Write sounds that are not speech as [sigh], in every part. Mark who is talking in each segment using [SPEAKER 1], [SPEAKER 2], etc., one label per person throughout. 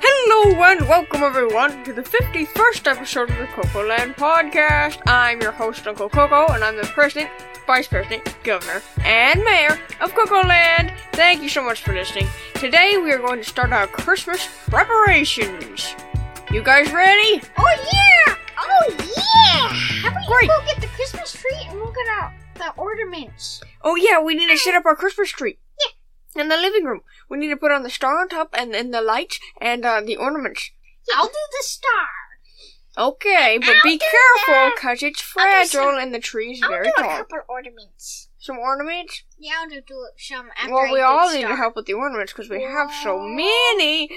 [SPEAKER 1] Hello and welcome everyone to the 51st episode of the Coco Land Podcast. I'm your host, Uncle Coco, and I'm the president, vice president, governor, and mayor of Coco Land. Thank you so much for listening. Today we are going to start our Christmas preparations. You guys ready?
[SPEAKER 2] Oh yeah! Oh yeah! How about
[SPEAKER 1] Great.
[SPEAKER 2] you go get the Christmas tree and we'll get out the ornaments?
[SPEAKER 1] Oh yeah, we need to set up our Christmas tree. In the living room, we need to put on the star on top, and then the lights and uh, the ornaments.
[SPEAKER 2] I'll do the star.
[SPEAKER 1] Okay, but be
[SPEAKER 2] I'll do
[SPEAKER 1] careful,
[SPEAKER 2] that.
[SPEAKER 1] cause it's
[SPEAKER 2] I'll do some-
[SPEAKER 1] fragile and the tree is
[SPEAKER 2] I'll
[SPEAKER 1] very
[SPEAKER 2] do a
[SPEAKER 1] tall.
[SPEAKER 2] couple ornaments.
[SPEAKER 1] Some ornaments.
[SPEAKER 2] Yeah, I'll do do some after I
[SPEAKER 1] Well, we
[SPEAKER 2] do
[SPEAKER 1] all
[SPEAKER 2] the
[SPEAKER 1] need
[SPEAKER 2] star.
[SPEAKER 1] to help with the ornaments because we have so
[SPEAKER 2] Well-
[SPEAKER 1] many.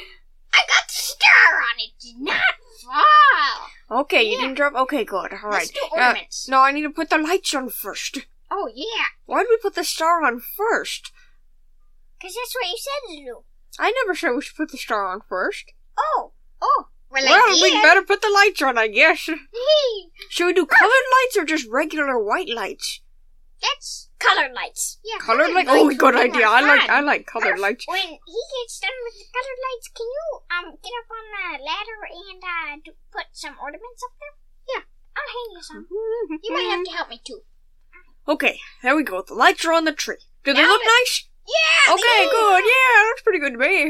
[SPEAKER 2] I got the star on it. Did not fall.
[SPEAKER 1] Okay, you
[SPEAKER 2] Yeah.
[SPEAKER 1] didn't drop. Okay, good. All
[SPEAKER 2] Let's
[SPEAKER 1] right.
[SPEAKER 2] do
[SPEAKER 1] Uh,
[SPEAKER 2] ornaments.
[SPEAKER 1] no, I need to put the lights on first.
[SPEAKER 2] Oh yeah,
[SPEAKER 1] Why did we put the star on first?
[SPEAKER 2] because that's what you said to do.
[SPEAKER 1] I never said we should put the star on first.
[SPEAKER 2] Oh, oh. Well, I
[SPEAKER 1] well,
[SPEAKER 2] did.
[SPEAKER 1] we better put the lights on, I guess.
[SPEAKER 2] Hey,
[SPEAKER 1] Should we
[SPEAKER 2] [laughs]
[SPEAKER 1] do colored lights or just regular white lights?
[SPEAKER 2] that's colored lights. Yeah,
[SPEAKER 1] Colored lights. Oh, good
[SPEAKER 2] are
[SPEAKER 1] idea. I like I
[SPEAKER 2] fun.
[SPEAKER 1] like colored
[SPEAKER 2] Murph,
[SPEAKER 1] lights.
[SPEAKER 2] When he gets done with the colored lights, can you um get up on the ladder and uh do, put some ornaments up there? Yeah, I'll hang you some. You might have to help me too.
[SPEAKER 1] [laughs] Okay, there we go. The lights are on the tree. Do they
[SPEAKER 2] Now
[SPEAKER 1] look
[SPEAKER 2] the-
[SPEAKER 1] nice?
[SPEAKER 2] Yeah.
[SPEAKER 1] Okay, good. Yeah, looks pretty good to me.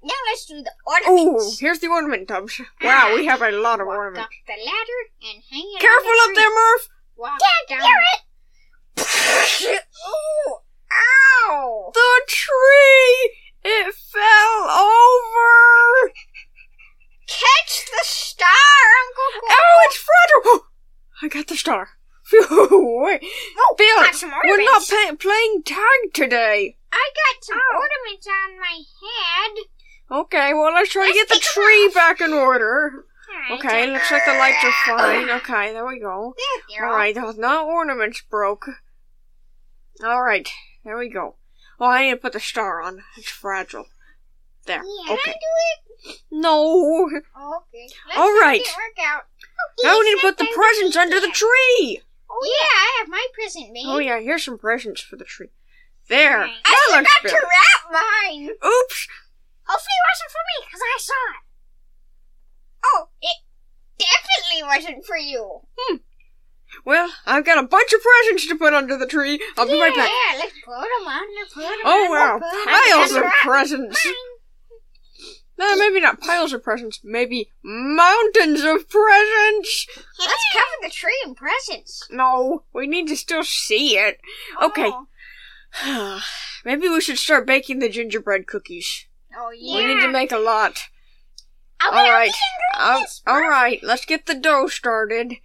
[SPEAKER 2] Now let's do the
[SPEAKER 1] Oh,
[SPEAKER 2] ornaments.
[SPEAKER 1] here's the ornament tubs. Wow, we have a lot of
[SPEAKER 2] Walk
[SPEAKER 1] ornaments.
[SPEAKER 2] up the ladder and hang it.
[SPEAKER 1] [laughs]
[SPEAKER 2] on
[SPEAKER 1] Careful
[SPEAKER 2] the
[SPEAKER 1] up there,
[SPEAKER 2] tree.
[SPEAKER 1] Murph.
[SPEAKER 2] Walk down. Hear it. Ooh, ow!
[SPEAKER 1] The tree. It fell over.
[SPEAKER 2] Catch the star, Uncle. Gordon.
[SPEAKER 1] Oh, it's fragile. [gasps] I got the star. [laughs] Phew.
[SPEAKER 2] Oh,
[SPEAKER 1] Bill,
[SPEAKER 2] got some
[SPEAKER 1] We're not
[SPEAKER 2] ornaments.
[SPEAKER 1] pay- playing tag today.
[SPEAKER 2] I got some
[SPEAKER 1] Oh.
[SPEAKER 2] ornaments on my head.
[SPEAKER 1] Okay, well let's try to get
[SPEAKER 2] Let's
[SPEAKER 1] the
[SPEAKER 2] take 'em
[SPEAKER 1] tree
[SPEAKER 2] off.
[SPEAKER 1] back in order.
[SPEAKER 2] All right.
[SPEAKER 1] Okay, looks like the lights are fine. Okay, there we go.
[SPEAKER 2] There, they're
[SPEAKER 1] All right, those not ornaments broke. All right, there we go. Well, I need to put the star on. It's fragile. There.
[SPEAKER 2] Yeah,
[SPEAKER 1] okay.
[SPEAKER 2] Can I do it?
[SPEAKER 1] No.
[SPEAKER 2] Okay. Let's
[SPEAKER 1] All
[SPEAKER 2] make
[SPEAKER 1] right.
[SPEAKER 2] It work out. Oh,
[SPEAKER 1] Now we need to put the presents under the
[SPEAKER 2] tree.
[SPEAKER 1] tree.
[SPEAKER 2] Oh, yeah, I have my present made.
[SPEAKER 1] Oh yeah, here's some presents for the tree. There.
[SPEAKER 2] Alright.
[SPEAKER 1] That
[SPEAKER 2] I
[SPEAKER 1] looks
[SPEAKER 2] forgot to
[SPEAKER 1] better.
[SPEAKER 2] wrap mine.
[SPEAKER 1] Oops.
[SPEAKER 2] Hopefully it wasn't for me, because I saw it. Oh, it definitely wasn't for you.
[SPEAKER 1] Well, I've got a bunch of presents to put under the tree. I'll be
[SPEAKER 2] yeah,
[SPEAKER 1] right back.
[SPEAKER 2] Yeah, let's put them on. Let's put 'em
[SPEAKER 1] Oh
[SPEAKER 2] on,
[SPEAKER 1] wow,
[SPEAKER 2] let's put 'em on,
[SPEAKER 1] piles of
[SPEAKER 2] let's wrap
[SPEAKER 1] presents.
[SPEAKER 2] mine.
[SPEAKER 1] No, maybe not piles of presents. Maybe mountains of presents.
[SPEAKER 2] Let's cover the tree in presents.
[SPEAKER 1] No, we need to still see it. Okay.
[SPEAKER 2] Oh,
[SPEAKER 1] [sighs] Maybe we should start baking the gingerbread cookies.
[SPEAKER 2] oh yeah.
[SPEAKER 1] We need to make a lot.
[SPEAKER 2] I'll
[SPEAKER 1] all
[SPEAKER 2] get
[SPEAKER 1] right.
[SPEAKER 2] the
[SPEAKER 1] Um,
[SPEAKER 2] ingredients.
[SPEAKER 1] all right, let's get the dough started.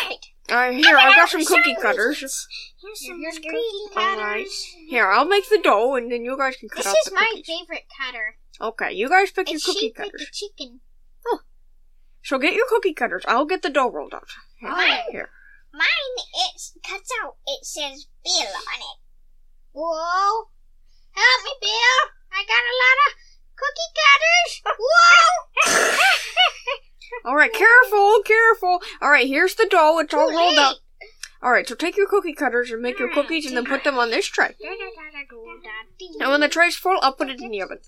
[SPEAKER 2] All right.
[SPEAKER 1] Uh, here, I've got some
[SPEAKER 2] Some
[SPEAKER 1] cookie cutters.
[SPEAKER 2] ingredients. Here's some
[SPEAKER 1] Here's
[SPEAKER 2] green
[SPEAKER 1] cookie- all right.
[SPEAKER 2] cutters.
[SPEAKER 1] Here, I'll make the dough, and then you guys can cut
[SPEAKER 2] This
[SPEAKER 1] out
[SPEAKER 2] is
[SPEAKER 1] the
[SPEAKER 2] my
[SPEAKER 1] cookies.
[SPEAKER 2] favorite cutter.
[SPEAKER 1] Okay, you guys pick
[SPEAKER 2] It's
[SPEAKER 1] your cookie
[SPEAKER 2] shaped like
[SPEAKER 1] cutters.
[SPEAKER 2] a chicken.
[SPEAKER 1] So get your cookie cutters. I'll get the dough rolled out. Here.
[SPEAKER 2] Mine?
[SPEAKER 1] here.
[SPEAKER 2] Mine, it cuts out. It says Bill on it. Whoa! Help me, Bill! I got a lot of cookie cutters. Whoa! [laughs]
[SPEAKER 1] All right, careful, careful. All right, here's the dough. It's all
[SPEAKER 2] Too
[SPEAKER 1] rolled out.
[SPEAKER 2] late.
[SPEAKER 1] All right, so take your cookie cutters and make your
[SPEAKER 2] All right,
[SPEAKER 1] cookies, and
[SPEAKER 2] take
[SPEAKER 1] then put them on this tray.
[SPEAKER 2] Da-da-da-da-do-da-dee.
[SPEAKER 1] And when the tray's full, I'll put it in the oven.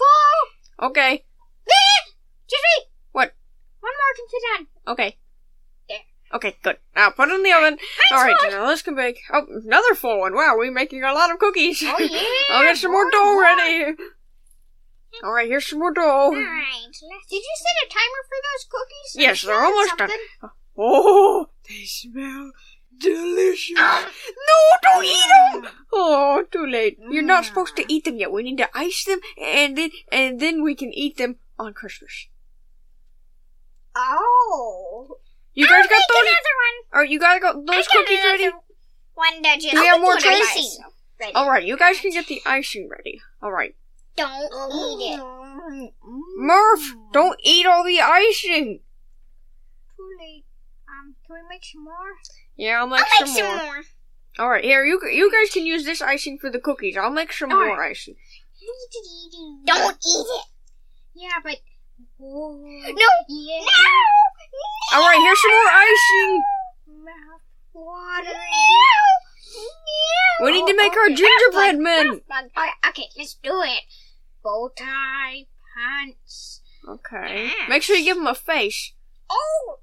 [SPEAKER 2] Whoa!
[SPEAKER 1] Okay,
[SPEAKER 2] Bill! Excuse me.
[SPEAKER 1] What?
[SPEAKER 2] One more can fit on.
[SPEAKER 1] okay.
[SPEAKER 2] There.
[SPEAKER 1] Okay, good. Now put it in the oven.
[SPEAKER 2] Mine's
[SPEAKER 1] All right,
[SPEAKER 2] full.
[SPEAKER 1] now let's can bake. Oh, another full one. Wow, we're making a lot of cookies. [laughs]
[SPEAKER 2] Oh yeah.
[SPEAKER 1] I'll get some more
[SPEAKER 2] one
[SPEAKER 1] dough ready. All right, here's some more dough.
[SPEAKER 2] Alright, let's- Oh. Did you set a timer for those cookies?
[SPEAKER 1] Yes, they're
[SPEAKER 2] Or
[SPEAKER 1] almost done.
[SPEAKER 2] something?
[SPEAKER 1] Oh, they smell delicious. No, don't eat them. Oh, too late. You're not supposed to eat them yet. We need to ice them, and then and then we can eat them on Christmas.
[SPEAKER 2] Oh.
[SPEAKER 1] You guys
[SPEAKER 2] I'll
[SPEAKER 1] got
[SPEAKER 2] make
[SPEAKER 1] those?
[SPEAKER 2] another one.
[SPEAKER 1] Or you guys got
[SPEAKER 2] I
[SPEAKER 1] those
[SPEAKER 2] got
[SPEAKER 1] cookies
[SPEAKER 2] another
[SPEAKER 1] ready?
[SPEAKER 2] One that just
[SPEAKER 1] Do we have more
[SPEAKER 2] Don't eat it.
[SPEAKER 1] tracing?
[SPEAKER 2] Ready.
[SPEAKER 1] All right, you guys can get the icing ready. All right,
[SPEAKER 2] Don't eat it.
[SPEAKER 1] Murph, don't eat all the icing.
[SPEAKER 2] [gasps] Too late. Um, can we make some more?
[SPEAKER 1] Yeah, I'll make,
[SPEAKER 2] I'll
[SPEAKER 1] some, more. All right, here you you guys can use this icing for the cookies. I'll make some
[SPEAKER 2] All
[SPEAKER 1] more icing.
[SPEAKER 2] Don't eat it. Yeah, but. No. Yeah. No.
[SPEAKER 1] All right, here's some more icing.
[SPEAKER 2] Mouth watering. No.
[SPEAKER 1] We need to
[SPEAKER 2] Oh,
[SPEAKER 1] make our gingerbread men.
[SPEAKER 2] All right, okay, let's do it. Bow tie, pants,
[SPEAKER 1] Okay. Make sure you give him a face.
[SPEAKER 2] Oh!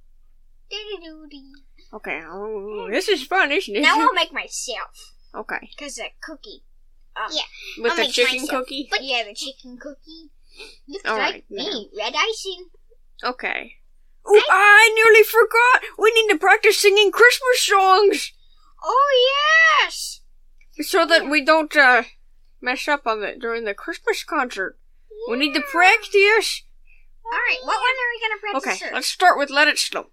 [SPEAKER 2] Doo-doo-doo-dee.
[SPEAKER 1] Okay. Oh, this is fun, isn't it?
[SPEAKER 3] Now I'll make myself.
[SPEAKER 1] [laughs] okay.
[SPEAKER 3] Because that cookie. Um,
[SPEAKER 2] Yeah.
[SPEAKER 1] With
[SPEAKER 2] I'll
[SPEAKER 1] the
[SPEAKER 2] make
[SPEAKER 1] chicken
[SPEAKER 2] myself.
[SPEAKER 1] cookie.
[SPEAKER 3] But yeah, the chicken cookie.
[SPEAKER 2] [gasps] Looks
[SPEAKER 1] All
[SPEAKER 2] like
[SPEAKER 1] right,
[SPEAKER 2] me. Red icing.
[SPEAKER 1] Okay. Ooh, I nearly forgot. We need to practice singing Christmas songs
[SPEAKER 3] Oh, yes!
[SPEAKER 1] so that we don't uh, mess up on it during the Christmas concert. We need to practice.
[SPEAKER 3] Alright, what one are we going to practice
[SPEAKER 1] Okay,
[SPEAKER 3] first?
[SPEAKER 1] let's start with "Let It Snow."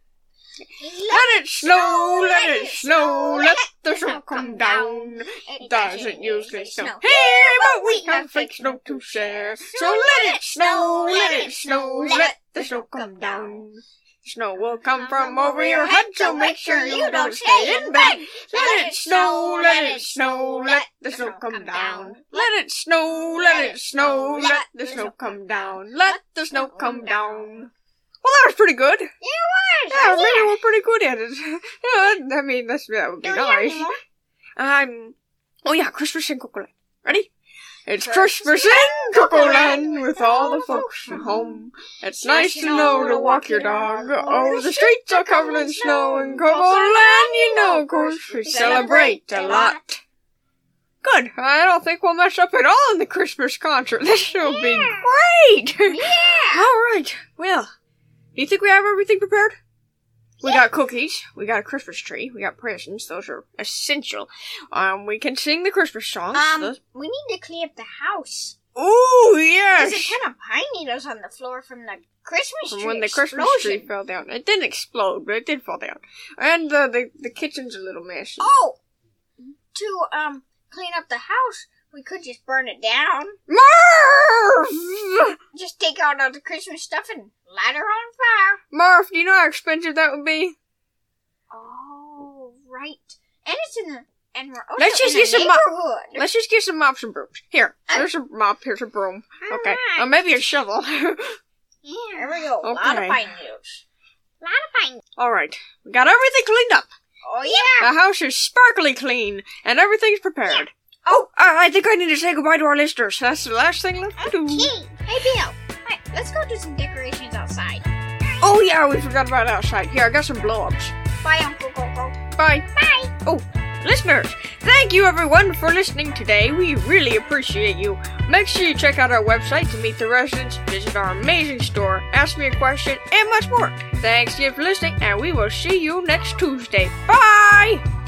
[SPEAKER 2] Let
[SPEAKER 1] Let it snow, let it snow, let the snow come down.
[SPEAKER 3] It
[SPEAKER 1] Doesn't usually snow here, but we have fake snow to share. So let it snow, let it snow, let the snow come down. Snow will come from over your head, so make sure you don't stay in bed. Let it snow, let it snow, let the snow come down. Let it snow, let it snow, let the snow come down. Let the snow come down. Well, that was pretty good. Yeah, maybe we're pretty good at it. [laughs] yeah, I mean, that's, that would be
[SPEAKER 2] Do we have
[SPEAKER 1] nice.
[SPEAKER 2] any
[SPEAKER 1] [laughs]
[SPEAKER 2] more?
[SPEAKER 1] Um, oh yeah, Christmas in Cocoland. Ready? It's Christmas in Cocoland with all the folks from home. It's nice to know to walk your dog. Oh, the streets are covered in snow in Cocoland. You know, of course, we celebrate a lot. Good. I don't think we'll mess up at all in the Christmas concert. [laughs] This will be great. [laughs]
[SPEAKER 2] Yeah.
[SPEAKER 1] All right. Well, do you think we have everything prepared? We got cookies. We got a Christmas tree. We got presents. Those are essential. Um, we can sing the Christmas songs.
[SPEAKER 3] Um,
[SPEAKER 1] Those-
[SPEAKER 3] we need to clean up the house.
[SPEAKER 1] Ooh,
[SPEAKER 3] There's a
[SPEAKER 1] yes.
[SPEAKER 3] ton of pine needles on the floor from the Christmas tree
[SPEAKER 1] From when the Christmas
[SPEAKER 3] explosion.
[SPEAKER 1] tree fell down, it didn't explode, but it did fall down. And the the, the kitchen's a little messy.
[SPEAKER 3] Oh, to um clean up the house, we could just burn it down.
[SPEAKER 1] Murph,
[SPEAKER 3] Just take out all the Christmas stuff and light her on fire.
[SPEAKER 1] Murph, do you know how expensive that would be?
[SPEAKER 3] Oh, right. And it's in the and we're also
[SPEAKER 1] Let's just
[SPEAKER 3] in
[SPEAKER 1] get
[SPEAKER 3] the
[SPEAKER 1] some mo-
[SPEAKER 3] neighborhood.
[SPEAKER 1] Let's just get some mops and brooms. Here, there's a mop. Here's a broom. Okay, or maybe a shovel. [laughs]
[SPEAKER 3] There we go. A lot
[SPEAKER 1] Okay.
[SPEAKER 3] of pine needles.
[SPEAKER 2] A lot of pine.
[SPEAKER 1] All right, we got everything cleaned up.
[SPEAKER 3] Oh yeah.
[SPEAKER 1] The house is sparkly clean and everything's prepared.
[SPEAKER 3] Oh.
[SPEAKER 1] uh, I, I think I need to say goodbye to our listeners. That's the last thing left to do.
[SPEAKER 2] King.
[SPEAKER 3] Hey Bill. Hey, let's go do some decorations outside.
[SPEAKER 1] Oh yeah, we forgot about outside. Here, I got some blow-ups.
[SPEAKER 3] Bye, Uncle Coco.
[SPEAKER 1] Bye. Bye. Oh, listeners, thank you everyone for listening today. We really appreciate you. Make sure you check out our website to meet the residents, visit our amazing store, ask me a question, and much more. Thanks again for listening, and we will see you next Tuesday. Bye!